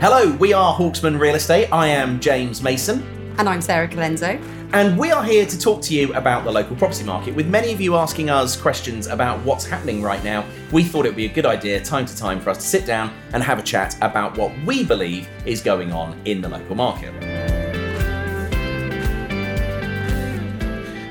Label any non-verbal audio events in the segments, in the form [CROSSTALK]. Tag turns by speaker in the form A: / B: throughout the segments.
A: Hello, we are Hawksman Real Estate. I am James Mason,
B: [LAUGHS] And I'm Sarah Colenso.
A: and we are here to talk to you about the local property market. With many of you asking us questions about what's happening right now, we thought it would be a good idea, time to time, for us to sit down and have a chat about what we believe is going on in the local market.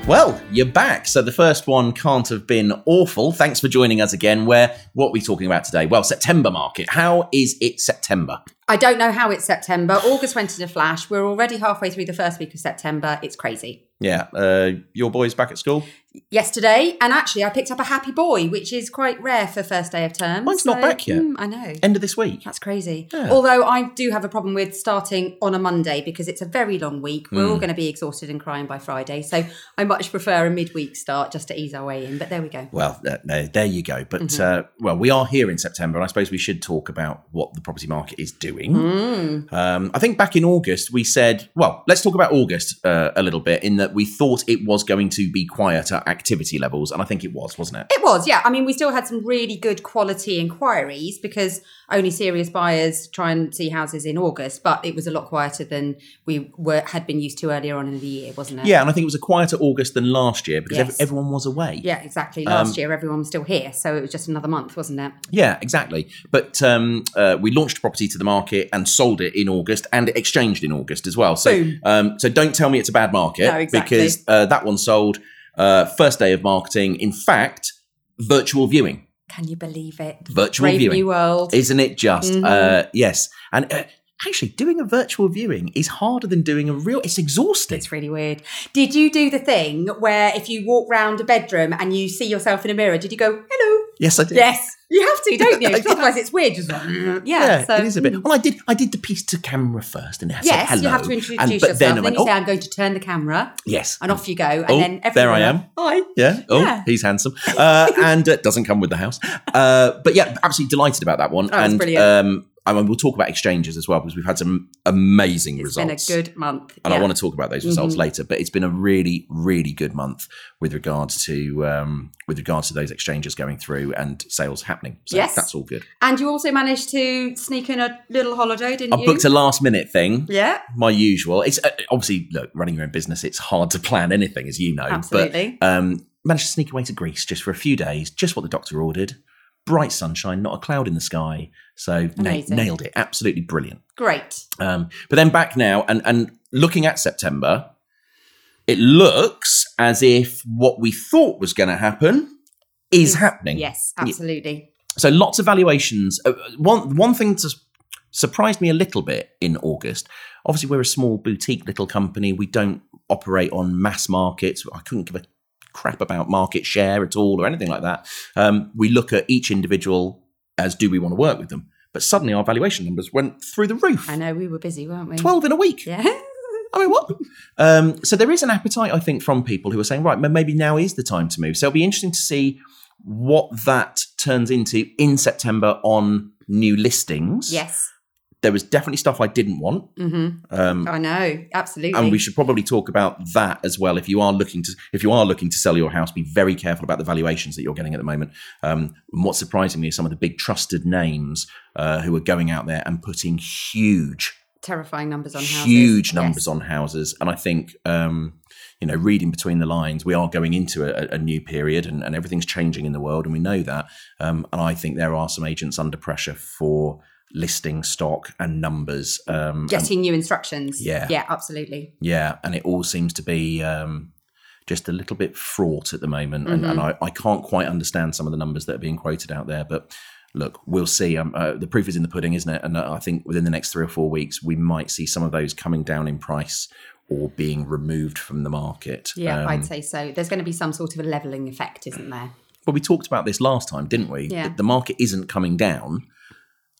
A: Well, you're back. So the first one can't have been awful. Thanks for joining us again. Where what are we talking about today? Well, September market. How is it September?
B: I don't know how it's September. August went in a flash. We're already halfway through the first week of September. It's crazy.
A: Yeah, uh, your boy's back at school.
B: Yesterday, and actually, I picked up a happy boy, which is quite rare for first day of term.
A: Mine's not back yet.
B: mm, I know.
A: End of this week.
B: That's crazy.
A: Yeah.
B: Although I do have a problem with starting on a Monday because it's a very long week. We're
A: Mm.
B: all going to be exhausted and crying by Friday. So I much prefer a midweek start just to ease our way in. But there we go.
A: Well, uh, no, there you go. But uh, well, we are here in September, and I suppose we should talk about what the property market is doing. Um, I think back in August we said, well, let's talk about August uh, a little bit. In that we thought it was going to be quieter activity levels, and I think it was, wasn't it?
B: It was, yeah. I mean, we still had some really good quality inquiries because only serious buyers try and see houses in August, but it was a lot quieter than we were had been used to earlier on in the year, wasn't it?
A: Yeah, and I think it was a quieter August than last year because ev-
B: Yes.
A: everyone was away.
B: Yeah, exactly. Last
A: Um,
B: year, everyone was still here, so it was just another month, wasn't it?
A: Yeah, exactly. But um, uh, we launched property to the market and sold it in August, and it exchanged in August as well. So,
B: Boom.
A: um, so don't tell me it's a bad market
B: No, exactly.
A: because uh, that one sold uh, first day of marketing. In fact, virtual viewing,
B: Can you believe it?
A: virtual
B: Brave
A: viewing,
B: New World.
A: isn't it just?
B: Mhm.
A: Uh, yes, and uh, actually, doing a virtual viewing is harder than doing a real. It's exhausting.
B: It's really weird. Did you do the thing where if you walk round a bedroom and you see yourself in a mirror, did you go, hello?
A: yes, I did.
B: Yes. You have to, don't you?
A: [LAUGHS]
B: 'Cause
A: Yeah.
B: Otherwise, it's weird. Just like, "Mm." yeah,
A: Yeah,
B: so-
A: it is a bit. Well, I did. I did the piece to camera first, and I said
B: Yes,
A: hello.
B: you have to
A: and-
B: introduce
A: but
B: yourself.
A: Then
B: Then,
A: I went,
B: you say,
A: oh,
B: "I'm going to turn the camera,"
A: yes,
B: and off you go. And
A: Oh,
B: then
A: there
B: everyone
A: I am.
B: Hi.
A: Yeah. Oh,
B: Yeah.
A: he's handsome. Uh, [LAUGHS] and uh, doesn't come with the house. Uh, but yeah, absolutely delighted about that one.
B: That was
A: and
B: Oh, brilliant.
A: um, I mean, we'll talk about exchanges as well because we've had some amazing
B: It's
A: results.
B: been a good month.
A: and I
B: yeah. Mm-hmm.
A: want to talk about those results later. But it's been a really, really good month with regards to um, with regards to those exchanges going through and sales happening. So
B: Yes.
A: that's all good.
B: And you also managed to sneak in a little holiday, didn't
A: I
B: you?
A: booked a last minute thing.
B: yeah,
A: My usual. It's uh, obviously look running your own business. It's hard to plan anything, as you know. But
B: absolutely.
A: um, managed to sneak away to Greece just for a few days, just what the doctor ordered. Bright sunshine, not a cloud in the sky. So na-
B: Amazing.
A: nailed it. Absolutely brilliant.
B: Great.
A: Um, but then back now and, and looking at September, it looks as if what we thought was going to happen is
B: Is-
A: happening.
B: Yes, absolutely.
A: So lots of valuations. Uh, one one thing to surprised me a little bit in August. Obviously, we're a small boutique little company. We don't operate on mass markets. I couldn't give a crap about market share at all or anything like that. Um, we look at each individual as do we want to work with them. But suddenly, our valuation numbers went through the roof.
B: I know we were busy, weren't we?
A: Twelve in a week.
B: Yeah. [LAUGHS]
A: I mean, what? Um, so there is an appetite, I think, from people who are saying, right, m- maybe now is the time to move. So it'll be interesting to see what that turns into in September on new listings.
B: yes.
A: There was definitely stuff I didn't want.
B: Mm-hmm.
A: Um,
B: I know. Absolutely.
A: and we should probably talk about that as well. If you are looking to, if you are looking to sell your house, be very careful about the valuations that you're getting at the moment. Um, and what's surprising me is some of the big trusted names uh, who are going out there and putting huge
B: Terrifying numbers on houses.
A: huge
B: Yes.
A: numbers on houses. And I think, um, you know, reading between the lines, we are going into a, a new period and, and everything's changing in the world, and we know that. Um, and I think there are some agents under pressure for listing stock and numbers. Um, and-
B: Getting new instructions.
A: Yeah.
B: Yeah, absolutely.
A: yeah, and it all seems to be. Um, just a little bit fraught at the moment, and,
B: Mhm.
A: and I, I can't quite understand some of the numbers that are being quoted out there. But look, we'll see. Um, uh, the proof is in the pudding, isn't it? And uh, I think within the next three or four weeks, we might see some of those coming down in price or being removed from the market.
B: Yeah,
A: Um,
B: I'd say so. There's going to be some sort of a leveling effect, isn't there?
A: But we talked about this last time, didn't we?
B: Yeah.
A: That the market isn't coming down.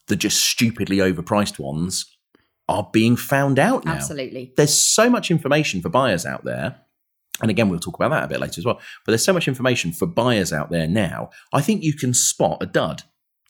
A: The just stupidly overpriced ones are being found out now.
B: Absolutely.
A: there's so much information for buyers out there. And again, we'll talk about that a bit later as well. But there's so much information for buyers out there now. I think you can spot a dud.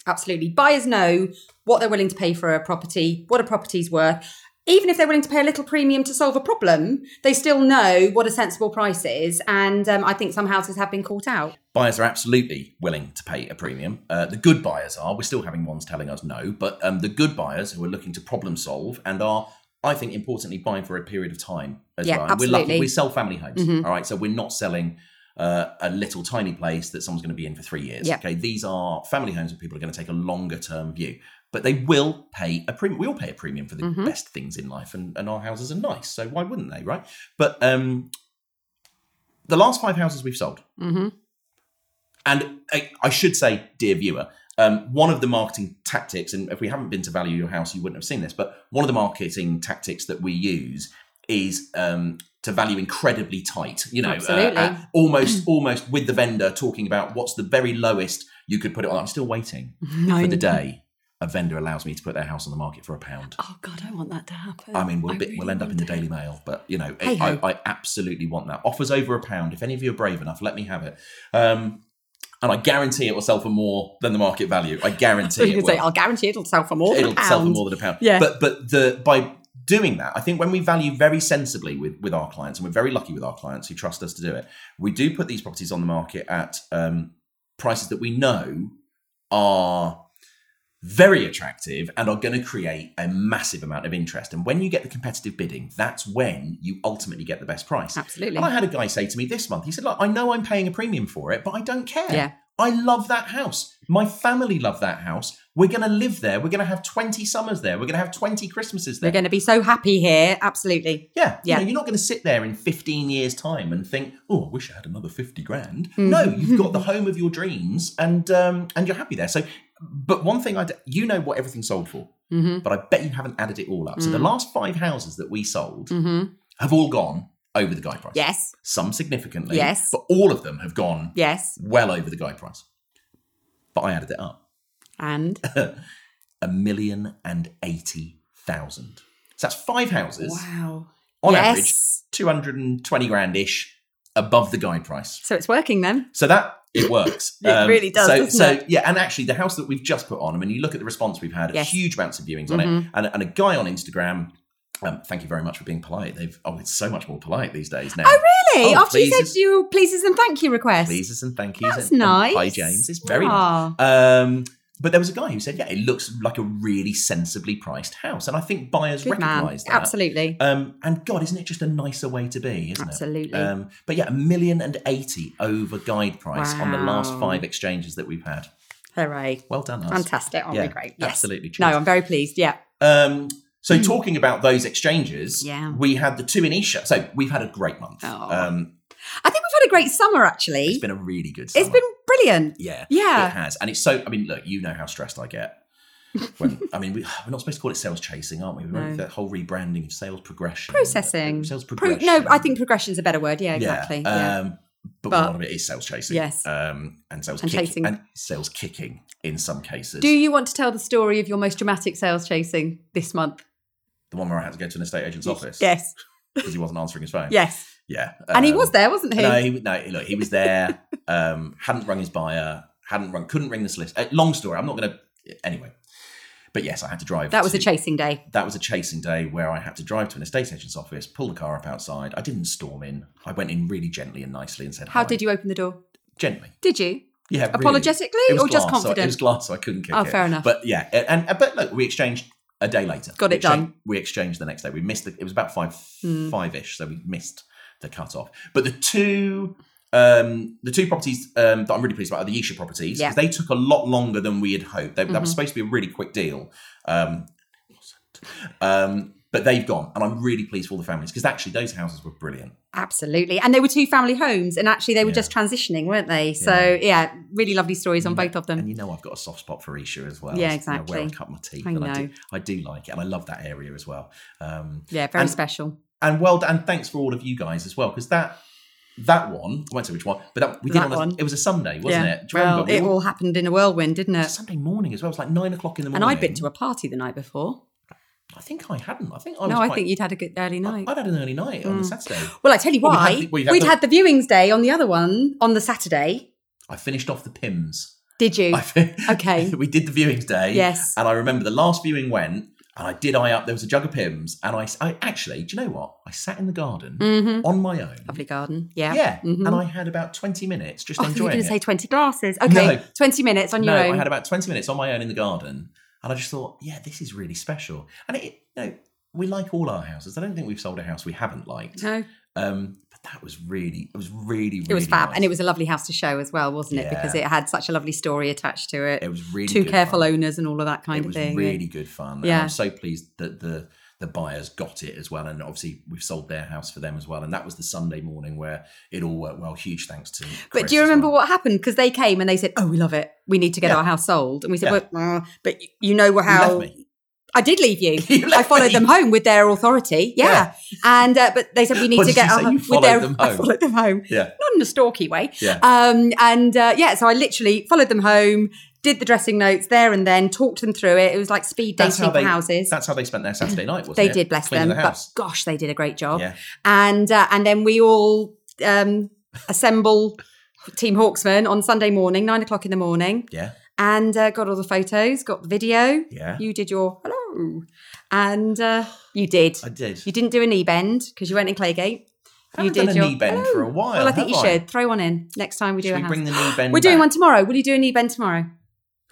B: Absolutely. Buyers know what they're willing to pay for a property, what a property's worth. even if they're willing to pay a little premium to solve a problem, they still know what a sensible price is. And um, I think some houses have been caught out.
A: Buyers are absolutely willing to pay a premium. Uh, the good buyers are. We're still having ones telling us no, but um, the good buyers who are looking to problem solve and are, I think, importantly, buying for a period of time as
B: Yeah,
A: well. And We're lucky.
B: absolutely.
A: We sell family homes.
B: Mhm.
A: all right. So we're not selling. Uh, a little tiny place that someone's going to be in for three years.
B: Yeah.
A: Okay, these are family homes where people are going to take a longer term view, but they will pay a premium. We all pay a premium for the
B: Mhm.
A: best things in life, and, and our houses are nice, so why wouldn't they, right? But um, the last five houses we've sold,
B: Mm-hmm.
A: and I, I should say, dear viewer, um, one of the marketing tactics, and if we haven't been to Value Your House, you wouldn't have seen this, but one of the marketing tactics that we use is um, to value incredibly tight. You know, uh,
B: Absolutely.
A: uh, almost, [CLEARS THROAT] almost with the vendor talking about what's the very lowest you could put it on. I'm still waiting [LAUGHS] for the day a vendor allows me to put their house on the market for a pound.
B: Oh God, I want that to happen.
A: I mean, we'll,
B: I
A: bit, we'll
B: really
A: end up in the
B: want it.
A: Daily Mail, but you know,
B: Hey
A: I,
B: ho.
A: I absolutely want that. Offers over a pound. If any of you are brave enough, let me have it. Um, and I guarantee it will sell for more than the market value. I guarantee
B: [LAUGHS] You
A: it
B: could say,
A: will.
B: I'll guarantee it'll sell for more. than
A: It'll
B: a
A: sell for
B: pound."
A: more than a pound.
B: Yeah.
A: But but the by doing that, I think when we value very sensibly with with our clients, and we're very lucky with our clients who trust us to do it, we do put these properties on the market at um, prices that we know are very attractive and are going to create a massive amount of interest. And when you get the competitive bidding, that's when you ultimately get the best price.
B: Absolutely.
A: And I had a guy say to me this month, he said, Look, I know I'm paying a premium for it, but I don't care.
B: Yeah.
A: I love that house. My family love that house. We're going to live there. We're going to have 20 summers there. We're going to have 20 Christmases there.
B: We're going to be so happy here. Absolutely.
A: Yeah.
B: Yeah.
A: You know, you're not going to sit there in 15 years' time and think, oh, I wish I had another 50 grand.
B: Hmm.
A: No, you've
B: [LAUGHS]
A: got the home of your dreams and um, and you're happy there. So, but one thing I, d- you know what everything sold for,
B: Mm-hmm.
A: but I bet you haven't added it all up. So the
B: Hmm.
A: last five houses that we sold
B: Mm-hmm.
A: have all gone over the guide price.
B: Yes.
A: Some significantly.
B: Yes.
A: But all of them have gone
B: Yes.
A: well over the guide price. But I added it up.
B: And
A: A million and eighty thousand. So that's five houses
B: wow.
A: on
B: yes.
A: average 220 grand ish above the guide price.
B: So it's working then.
A: So that it works.
B: [LAUGHS]
A: Um,
B: It really does,
A: So,
B: doesn't
A: so
B: it?
A: yeah, and actually the house that we've just put on, I mean, you look at the response we've had,
B: Yes. Mm-hmm.
A: huge amounts of viewings on it, and, and a guy on Instagram. Um, thank you very much for being polite. They've oh, it's so much more polite these days now.
B: Really?
A: Oh,
B: After you said
A: pleases.
B: you pleases and thank you request.
A: Pleases and thank yous.
B: That's
A: and- and
B: nice.
A: hi James. It's very nice.
B: Ah,
A: Um, but there was a guy who said, "Yeah, it looks like a really sensibly priced house," and I think buyers
B: Good man.
A: recognise that.
B: Absolutely.
A: Um, and God, isn't it just a nicer way to be? Isn't
B: Absolutely.
A: It? Um, but yeah, a million and eighty over guide price on the last
B: Wow.
A: five exchanges that we've had.
B: Hooray.
A: Well done, us.
B: Fantastic. Aren't
A: Yeah,
B: we great? Yes.
A: Absolutely. Cheers.
B: No, I'm very pleased. Yeah.
A: Um, so talking about those exchanges,
B: Yeah.
A: we had the two in Isha. So we've had a great month.
B: Oh.
A: Um,
B: I think we've had a great summer actually.
A: it's been a really good. Summer.
B: It's been brilliant.
A: yeah. It
B: Yeah.
A: has. And it's so, I mean, look, you know how stressed I get.
B: [LAUGHS]
A: When I mean, we, we're not supposed to call it sales chasing, aren't we? We went
B: No.
A: with that whole rebranding of sales progression,
B: Processing.
A: sales progression.
B: Pro- no, I think progression's a better word. Yeah, exactly. Yeah.
A: Um, but,
B: But-
A: a lot of it is sales chasing.
B: Yes.
A: Um, and sales
B: And
A: kicking,
B: chasing.
A: and sales kicking in some cases.
B: Do you want to tell the story of your most dramatic sales chasing this month?
A: the one where I had to go to an estate agent's office [LAUGHS]
B: Yes.
A: because he wasn't answering his phone.
B: Yes.
A: Yeah.
B: and he
A: Um,
B: was there, wasn't he?
A: No, he no. Look, he was there. um, hadn't rung his buyer. Hadn't rung. Couldn't ring the solicitor. Uh, long story. I'm not going to. Anyway, but yes, I had to drive.
B: that was a
A: to-
B: chasing day.
A: that was a chasing day where I had to drive to an estate agent's office, pull the car up outside. I didn't storm in. I went in really gently and nicely and said,
B: How did you open the door?
A: Gently.
B: Did you?
A: Yeah. really.
B: Apologetically
A: It was
B: or Oh, just
A: glass, so it
B: confident?
A: was glass, so I couldn't kick
B: Oh,
A: it.
B: fair enough.
A: But yeah, and, and- but look, we exchanged a day later.
B: Got
A: We
B: it done.
A: exchanged- We exchanged the next day. We missed the. It was about five
B: Hmm.
A: five ish, so we missed the cut off. But the two. Um, the two properties um, that I'm really pleased about are the Yisha properties
B: Yeah.
A: because they took a lot longer than we had hoped. They, That
B: Mhm.
A: was supposed to be a really quick deal. Um, it wasn't. Um, but they've gone, and I'm really pleased for all the families because actually those houses were brilliant.
B: Absolutely. And they were two family homes, and actually they were
A: Yeah.
B: just transitioning, weren't they? So, yeah, really lovely stories on both of them.
A: And you know I've got a soft spot for Isha as well.
B: Yeah,
A: It's, you know, where I
B: exactly.
A: cut my teeth.
B: I
A: and I
B: know.
A: do, I do like it, and I love that area as well. Um,
B: Yeah, very
A: and-
B: special.
A: and well, d- and thanks for all of you guys as well, because that that one, I won't say which one, but that we did
B: That
A: on a,
B: one.
A: It was a Sunday, wasn't
B: yeah.
A: it? Do you
B: Well,
A: remember? We
B: it all happened in a whirlwind, didn't
A: it was
B: it?
A: Sunday morning as well. It was like nine o'clock in the
B: And
A: morning.
B: I'd been to a party the night before.
A: I think I hadn't. I think I was.
B: no, I
A: quite-
B: think Mm. you'd had a good early night.
A: I'd had an early night on the Saturday.
B: well, I tell you
A: Well, we'd
B: why.
A: had the-
B: we'd,
A: we'd had
B: had,
A: the-
B: the viewings day on the other one on the Saturday.
A: I finished off the Pims.
B: Did you?
A: I fin-
B: Okay.
A: [LAUGHS] we did the viewings day.
B: Yes.
A: And I remember the last viewing went, And I did eye up. There was a jug of Pims, and I, I actually, do you know what? I sat in the garden
B: Mm-hmm.
A: on my own.
B: Lovely garden. Yeah.
A: Yeah,
B: Mhm.
A: and I had about twenty minutes just
B: Oh, I thought you were
A: enjoying
B: going
A: it.
B: to say 20 glasses. Okay,
A: No.
B: 20 minutes on
A: no,
B: your own.
A: I had about twenty minutes on my own in the garden, and I just thought, yeah, this is really special. And it, you know, we like all our houses. I don't think we've sold a house we haven't liked.
B: no,
A: Um, but that was really, it was really, really.
B: it was fab.
A: nice.
B: And it was a lovely house to show as well, wasn't it?
A: Yeah.
B: Because it had such a lovely story attached to it.
A: It was really
B: Two
A: good
B: careful
A: fun.
B: owners and all of that kind
A: it
B: of
A: was
B: thing.
A: really good fun. And
B: Yeah.
A: I'm so pleased that the the buyers got it as well. And obviously we've sold their house for them as well. And that was the Sunday morning where it all worked well. Huge thanks to
B: But
A: Chris
B: do you
A: as
B: remember
A: well.
B: what happened? Because they came and they said, "Oh, we love it. We need to get
A: Yeah.
B: our house sold." And we said,
A: Yeah.
B: well, uh, "But y- you know how
A: You left me.
B: I did leave you.
A: [LAUGHS] You
B: I
A: left
B: followed
A: me.
B: them home with their authority. Yeah,
A: Yeah.
B: and uh, but they said
A: [LAUGHS]
B: we need
A: What
B: to
A: did you
B: get
A: say?
B: our
A: You
B: with
A: followed
B: their. [LAUGHS]
A: them
B: I
A: home.
B: followed them home,
A: Yeah.
B: not in a stalky way.
A: Yeah.
B: Um, and uh, yeah, so I literally followed them home, did the dressing notes there and then, talked them through it. It was like speed
A: That's
B: dating
A: how they-
B: for houses.
A: That's how they spent their Saturday night, wasn't
B: They
A: it?
B: did, bless
A: Cleaning
B: them.
A: The
B: but
A: house.
B: gosh, they did a great job.
A: yeah.
B: And uh, and then we all um, assemble Team Hawksman on Sunday morning, nine o'clock in the morning,
A: Yeah.
B: and uh, got all the photos, got the video.
A: Yeah.
B: You did your hello, and uh, you did.
A: I did.
B: You didn't do a knee bend because you went in Claygate.
A: I
B: you
A: haven't done
B: did
A: a
B: your- Oh,
A: knee bend for a while.
B: well, I think you
A: have
B: should throw one in next time we do
A: Should
B: a
A: we
B: house.
A: bring the knee bend?
B: We're doing
A: back?
B: one tomorrow. Will you do a knee bend tomorrow?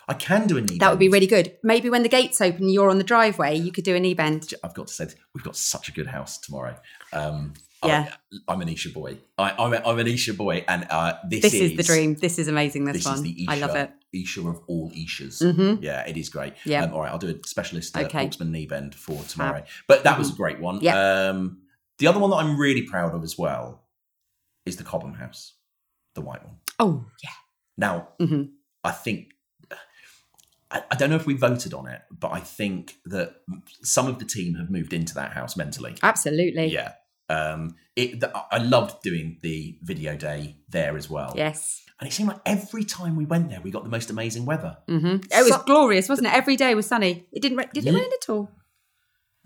A: I can do a knee bend.
B: That would be really good. Maybe when the gates open, and you're on the driveway. You could do a knee bend.
A: I've got to say, this, we've got such a good house tomorrow. Um,
B: Yeah.
A: I, am an Isha boy. I, I'm, a, I'm an Isha boy, and uh, this,
B: This is the dream. This is amazing. This,
A: This
B: one.
A: is the Isha,
B: I love it.
A: Isha of all Ishas.
B: hmm
A: Yeah, it is great.
B: Yeah.
A: Um, all right, I'll do a specialist uh,
B: Okay.
A: Hawksman knee bend for tomorrow. But that was a great one.
B: Yeah.
A: Um, the other one that I'm really proud of as well is the Cobham House, the white one.
B: Oh yeah.
A: Now,
B: hmm
A: I think I, I don't know if we voted on it, but I think that some of the team have moved into that house mentally.
B: Absolutely.
A: Yeah. Um, it, th- I loved doing the video day there as well.
B: Yes.
A: And it seemed like every time we went there, we got the most amazing weather.
B: hmm It was
A: So-
B: glorious, wasn't it? Every day was sunny. It didn't. Ra- did it
A: Yeah.
B: rain at all?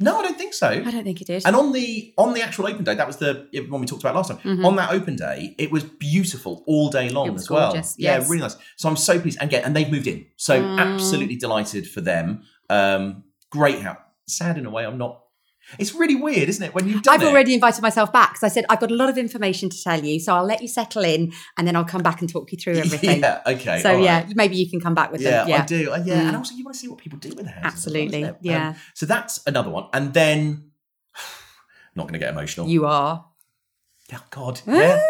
A: No, I don't think so.
B: I don't think it did.
A: And on the on the actual open day, that was the one we talked about last time.
B: Mhm.
A: On that open day, it was beautiful all day long
B: It was
A: as well.
B: gorgeous,
A: Yeah,
B: yes.
A: really nice. So I'm so pleased. And again, and they've moved in. So
B: Mm.
A: absolutely delighted for them. Um, great house. Sad in a way, I'm not. It's really weird, isn't it? When you've done
B: I've
A: it. [LAUGHS]
B: already invited myself back because I said I've got a lot of information to tell you, so I'll let you settle in, and then I'll come back and talk you through everything.
A: [LAUGHS] Yeah. Okay.
B: so
A: all
B: yeah,
A: right.
B: maybe you can come back with
A: Yeah,
B: them. Yeah,
A: I do. Uh, yeah,
B: Mm.
A: and also you want to see what people do with the house.
B: absolutely.
A: Um,
B: yeah,
A: so that's another one. And then, [SIGHS] not going to get emotional.
B: you are.
A: oh God, yeah,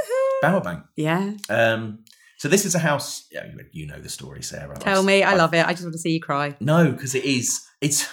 A: Bower Bang.
B: yeah,
A: Um, so this is a house. Yeah, you- you know the story, Sarah.
B: tell me. I love it. I just want to see you cry.
A: No, because it is. It's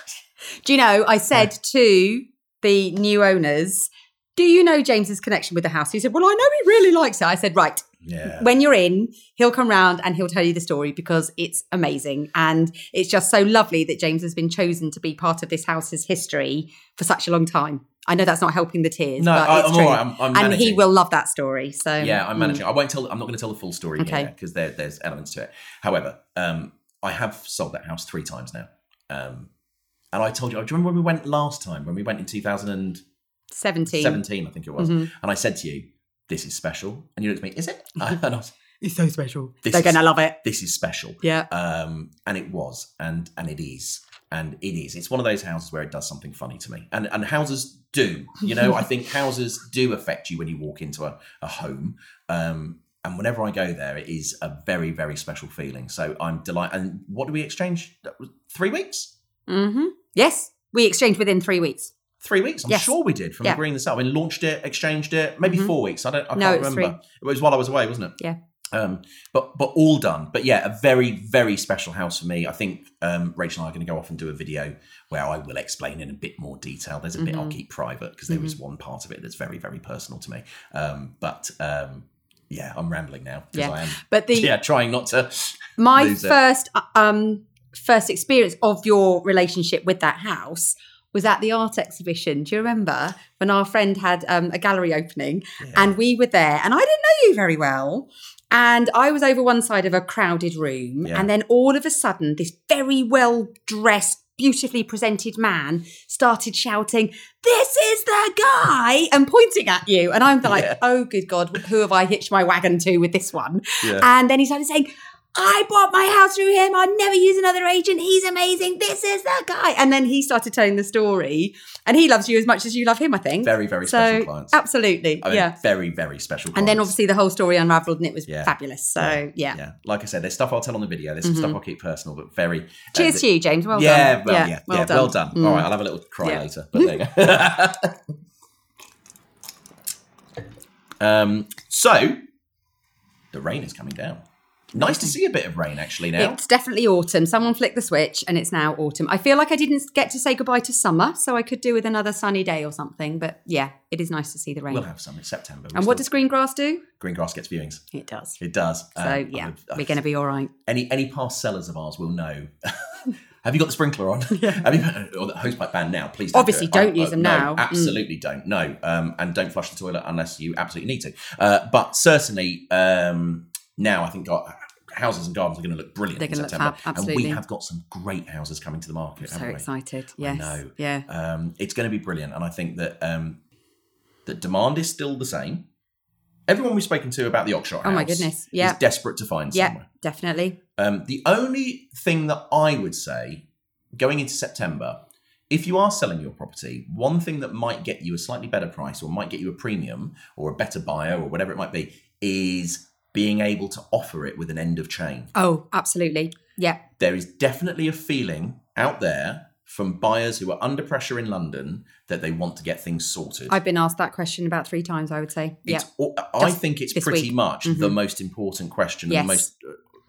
B: Do you know? I said to the new owners. Do you know James's connection with the house? He said, Well, I know he really likes it. I said, Right,
A: yeah.
B: when you're in, he'll come round and he'll tell you the story because it's amazing. And it's just so lovely that James has been chosen to be part of this house's history for such a long time. I know that's not helping the tears,
A: No,
B: but
A: I,
B: it's
A: I'm
B: true.
A: all right. I'm, I'm
B: and
A: managing.
B: he will love that story. So
A: Yeah, I'm
B: mm.
A: managing. I won't tell. I'm not going to tell the full story
B: Okay.
A: because there, there's elements to it. However, um, I have sold that house three times now. Um, and I told you. Do you remember when we went last time? When we went in 2017,
B: 17.
A: I think it was.
B: Mm-hmm.
A: And I said to you, "This is special." And you looked at me, "Is
B: [LAUGHS]
A: it?" and I was,
B: It's so special.
A: This
B: They're
A: is-
B: going to love it.
A: "This is special."
B: Yeah.
A: um, and it was, and and it is, and it is. It's one of those houses where it does something funny to me, and and houses do. You know, I think houses do affect you when you walk into a, a home. Um, and whenever I go there, it is a very very special feeling. So I'm delighted. And what do we exchange? That was Three weeks?
B: hmm Yes. We exchanged within three weeks.
A: Three weeks? I'm
B: Yes.
A: sure we did from
B: Yeah.
A: agreeing this up. I mean, launched it, exchanged it, maybe
B: Mhm.
A: four weeks. I don't. I
B: No,
A: can't
B: it was
A: remember. It was while I was away, wasn't it?
B: Yeah.
A: Um, but but all done. But yeah, a very very special house for me. I think um, Rachel and I are going to go off and do a video where I will explain in a bit more detail. There's a bit I'll
B: Mhm.
A: keep private because there is
B: Mm-hmm.
A: one part of it that's very very personal to me. Um, but um, yeah, I'm rambling now because
B: Yeah.
A: I am
B: But the
A: [LAUGHS] yeah trying not to.
B: my
A: lose it.
B: first um first experience of your relationship with that house was at the art exhibition. Do you remember when our friend had um, a gallery opening
A: Yeah.
B: and we were there and I didn't know you very well. And I was over one side of a crowded room.
A: Yeah.
B: And then all of a sudden, this very well dressed, beautifully presented man started shouting, This is the guy! and pointing at you. And I'm like,
A: Yeah.
B: Oh, good God, who have I hitched my wagon to with this one?
A: Yeah.
B: And then he started saying, I bought my house through him. I'd never use another agent. He's amazing. This is that guy. And then he started telling the story. And he loves you as much as you love him, I think.
A: Very, very
B: so,
A: special clients.
B: Absolutely.
A: I mean,
B: yeah.
A: Very, very special clients.
B: And then obviously the whole story unraveled and it was
A: Yeah.
B: fabulous. So
A: Yeah.
B: yeah. Mm-hmm.
A: Yeah. Like I said, there's stuff I'll tell on the video. There's some stuff I'll keep personal, but very. uh,
B: Cheers
A: the-
B: to you, James. Well
A: yeah,
B: done.
A: Well, yeah, yeah, well done.
B: Mm.
A: All right, I'll have a little cry
B: Yeah.
A: later. But there you go. [LAUGHS] um, so the rain is coming down. Nice to see a bit of rain actually now.
B: Mm. It's definitely autumn. Someone flicked the switch and it's now autumn. I feel like I didn't get to say goodbye to summer, so I could do with another sunny day or something. But yeah, it is nice to see the rain.
A: We'll have some in September. We
B: and what
A: still-
B: does green grass do?
A: green grass gets viewings?
B: It does.
A: It does.
B: So
A: Um,
B: yeah,
A: I've- I've-
B: we're going to be all right.
A: any any past sellers of ours will know. [LAUGHS] Have you got the sprinkler
B: [LAUGHS]
A: on? Have you put- or the hose pipe ban now? Please. Don't
B: Obviously
A: do it.
B: don't use them
A: no,
B: now. Mm.
A: Absolutely don't. No, um, and don't flush the toilet unless you absolutely need to. Uh, but certainly um, now, I think our houses and gardens are going to look brilliant
B: They're
A: in
B: gonna look
A: September,
B: fab,
A: and
B: absolutely.
A: we have got some great houses coming to the market.
B: So
A: haven't we?
B: excited. Yes.
A: know.
B: Yeah.
A: Um, it's going to be brilliant, and I think that um, the demand is still the same. Everyone we've spoken to about the Oxshot
B: Oh
A: house
B: my goodness. Yeah.
A: is desperate to find
B: Yeah.
A: somewhere.
B: Definitely.
A: Um, the only thing that I would say going into September, if you are selling your property, one thing that might get you a slightly better price or might get you a premium or a better buyer or whatever it might be is being able to offer it with an end of chain.
B: Oh, absolutely. Yeah.
A: There is definitely a feeling out there from buyers who are under pressure in London that they want to get things sorted.
B: I've been asked that question about three times, I would say. Yeah.
A: It's, al- I
B: Just
A: think it's
B: this
A: pretty
B: week.
A: much the
B: Mhm.
A: most important question, and the
B: Yes.
A: most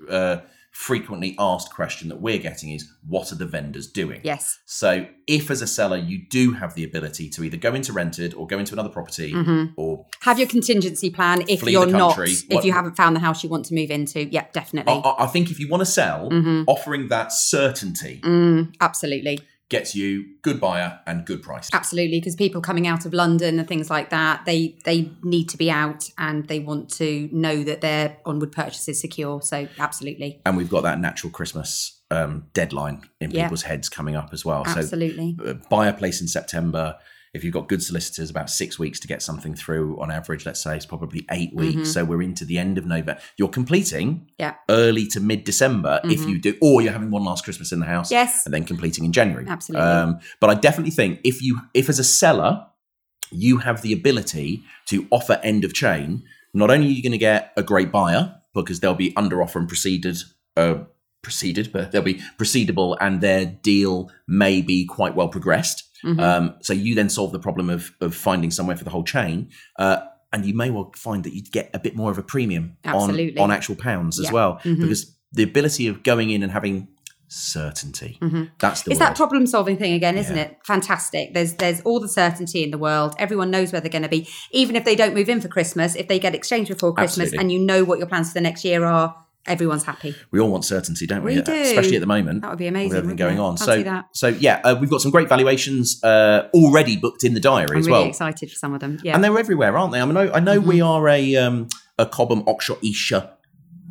A: uh, uh, frequently asked question that we're getting is what are the vendors doing?
B: Yes.
A: So, if as a seller you do have the ability to either go into rented or go into another property
B: hmm
A: or
B: Have your contingency plan if
A: Flee the
B: you're not,
A: country.
B: if
A: What-
B: you haven't found the house you want to move into. Yeah,
A: I,
B: definitely.
A: I I think if you want to sell,
B: Mhm.
A: offering that certainty
B: Mm, absolutely.
A: gets you good buyer and good price.
B: Absolutely, because people coming out of London and things like that, they they need to be out and they want to know that their onward purchase is secure. So absolutely,
A: And we've got that natural Christmas um, deadline in
B: Yeah.
A: people's heads coming up as well. So,
B: absolutely.
A: uh, buy a place in September. If you've got good solicitors, about six weeks to get something through on average, let's say it's probably eight
B: Mhm.
A: weeks. So we're into the end of November. You're completing
B: Yeah.
A: early to mid December if
B: Mhm.
A: you do, or you're having one last Christmas in the house
B: Yes,
A: and then completing in January. Um,
B: Absolutely.
A: but I definitely think if you, if as a seller, you have the ability to offer end of chain, not only are you going to get a great buyer because they'll be under offer and preceded, uh, preceded, but they'll be proceedable and their deal may be quite well progressed.
B: Mhm.
A: Um, so you then solve the problem of of finding somewhere for the whole chain. Uh, and you may well find that you'd get a bit more of a premium on,
B: Absolutely.
A: on actual pounds as
B: Yeah.
A: well,
B: Mhm.
A: because the ability of going in and having certainty.
B: Mhm.
A: That's the
B: it's
A: word.
B: that problem solving thing again, isn't
A: Yeah.
B: it? Fantastic. There's there's all the certainty in the world. Everyone knows where they're going to be, even if they don't move in for Christmas. If they get exchanged before Christmas,
A: Absolutely.
B: and you know what your plans for the next year are, everyone's happy.
A: we all want certainty, don't we?
B: We do.
A: Especially at the moment.
B: That would be amazing.
A: with everything
B: wouldn't it?
A: going on.
B: I'll
A: so,
B: do that.
A: so yeah, uh, we've got some great valuations uh, already booked in the diary
B: I'm
A: as
B: really
A: well,
B: excited Mm-hmm. for some of them. Yeah.
A: and they're everywhere, aren't they? I mean, I, I know we are a um, a Cobham, Oxshot, Isha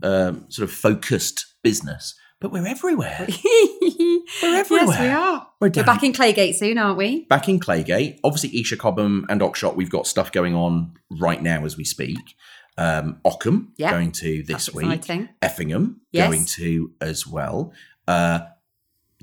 A: um, sort of focused business, but we're everywhere. We're everywhere.
B: [LAUGHS] [LAUGHS] Yes, we are.
A: We're
B: We're
A: down-
B: back in Claygate soon, aren't we?
A: back in Claygate. Obviously, Isha Cobham and Oxshot, we've got stuff going on right now as we speak. Um, Ockham
B: Yeah.
A: going to this
B: That's
A: week.
B: exciting.
A: Effingham
B: Yes.
A: going to as well. Uh,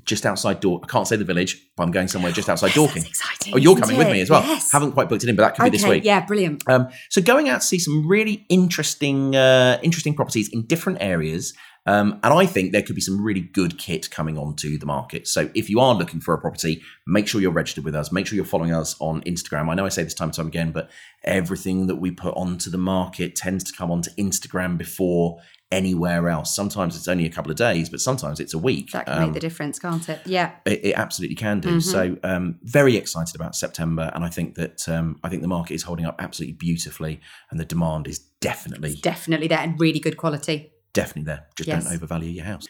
A: just outside Dorking. I can't say the village, but I'm going somewhere just outside Dorking.
B: That's exciting.
A: Oh, you're
B: isn't
A: coming with
B: it?
A: me as well.
B: Yes.
A: Haven't quite booked it in, but that could
B: okay,
A: be this week.
B: yeah, brilliant.
A: Um, so going out to see some really interesting, uh, interesting properties in different areas, um, and I think there could be some really good kit coming onto the market. So if you are looking for a property, make sure you're registered with us. Make sure you're following us on Instagram. I know I say this time and time again, but everything that we put onto the market tends to come onto Instagram before anywhere else. Sometimes it's only a couple of days, but sometimes it's a week.
B: That can
A: Um,
B: make the difference, can't it? Yeah.
A: it, it absolutely can do.
B: Mhm.
A: So um, very excited about September, and I think that um, I think the market is holding up absolutely beautifully, and the demand is definitely
B: Definitely there and really good quality.
A: definitely there. Just
B: Yes.
A: don't overvalue your house.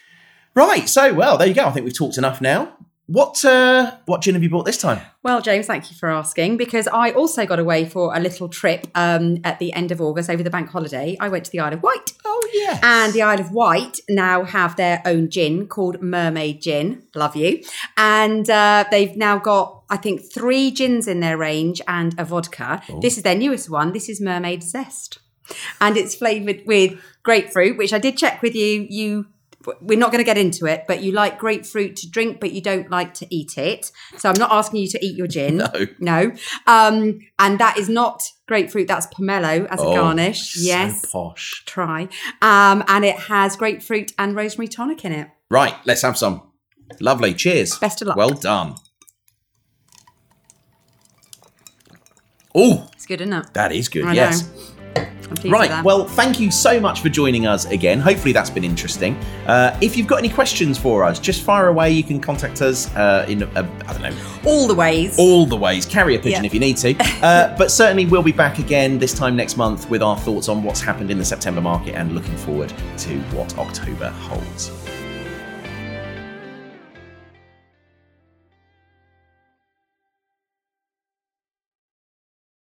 A: Right. So well, there you go. I think we've talked enough now. What uh, what gin have you bought this time?
B: Well, James, thank you for asking because I also got away for a little trip um, at the end of August over the bank holiday. I went to the Isle of Wight.
A: Oh yeah,
B: And the Isle of Wight now have their own gin called Mermaid Gin. Love you. And uh, they've now got, I think, three gins in their range and a vodka. This is their newest one. This is Mermaid Zest. and it's flavored with grapefruit, which I did check with you. You we're not going to get into it, but you like grapefruit to drink, but you don't like to eat it. So I'm not asking you to eat your gin.
A: No.
B: No. Um, and that is not grapefruit, that's pomelo as
A: Oh,
B: a garnish.
A: so
B: Yes.
A: posh.
B: Try. Um, and it has grapefruit and rosemary tonic in it.
A: Right, let's have some. Lovely. Cheers.
B: Best of luck.
A: Well done. Oh,
B: It's good, isn't it?
A: that is good.
B: I
A: yes.
B: know. I'm pleased with
A: Right,
B: that.
A: well, thank you so much for joining us again. Hopefully, that's been interesting. Uh, if you've got any questions for us, just fire away. You can contact us uh, in, uh, I don't know,
B: all the ways.
A: all the ways. Carry a pigeon
B: Yeah.
A: if you need [LAUGHS] to. Uh, but certainly, we'll be back again this time next month with our thoughts on what's happened in the September market and looking forward to what October holds.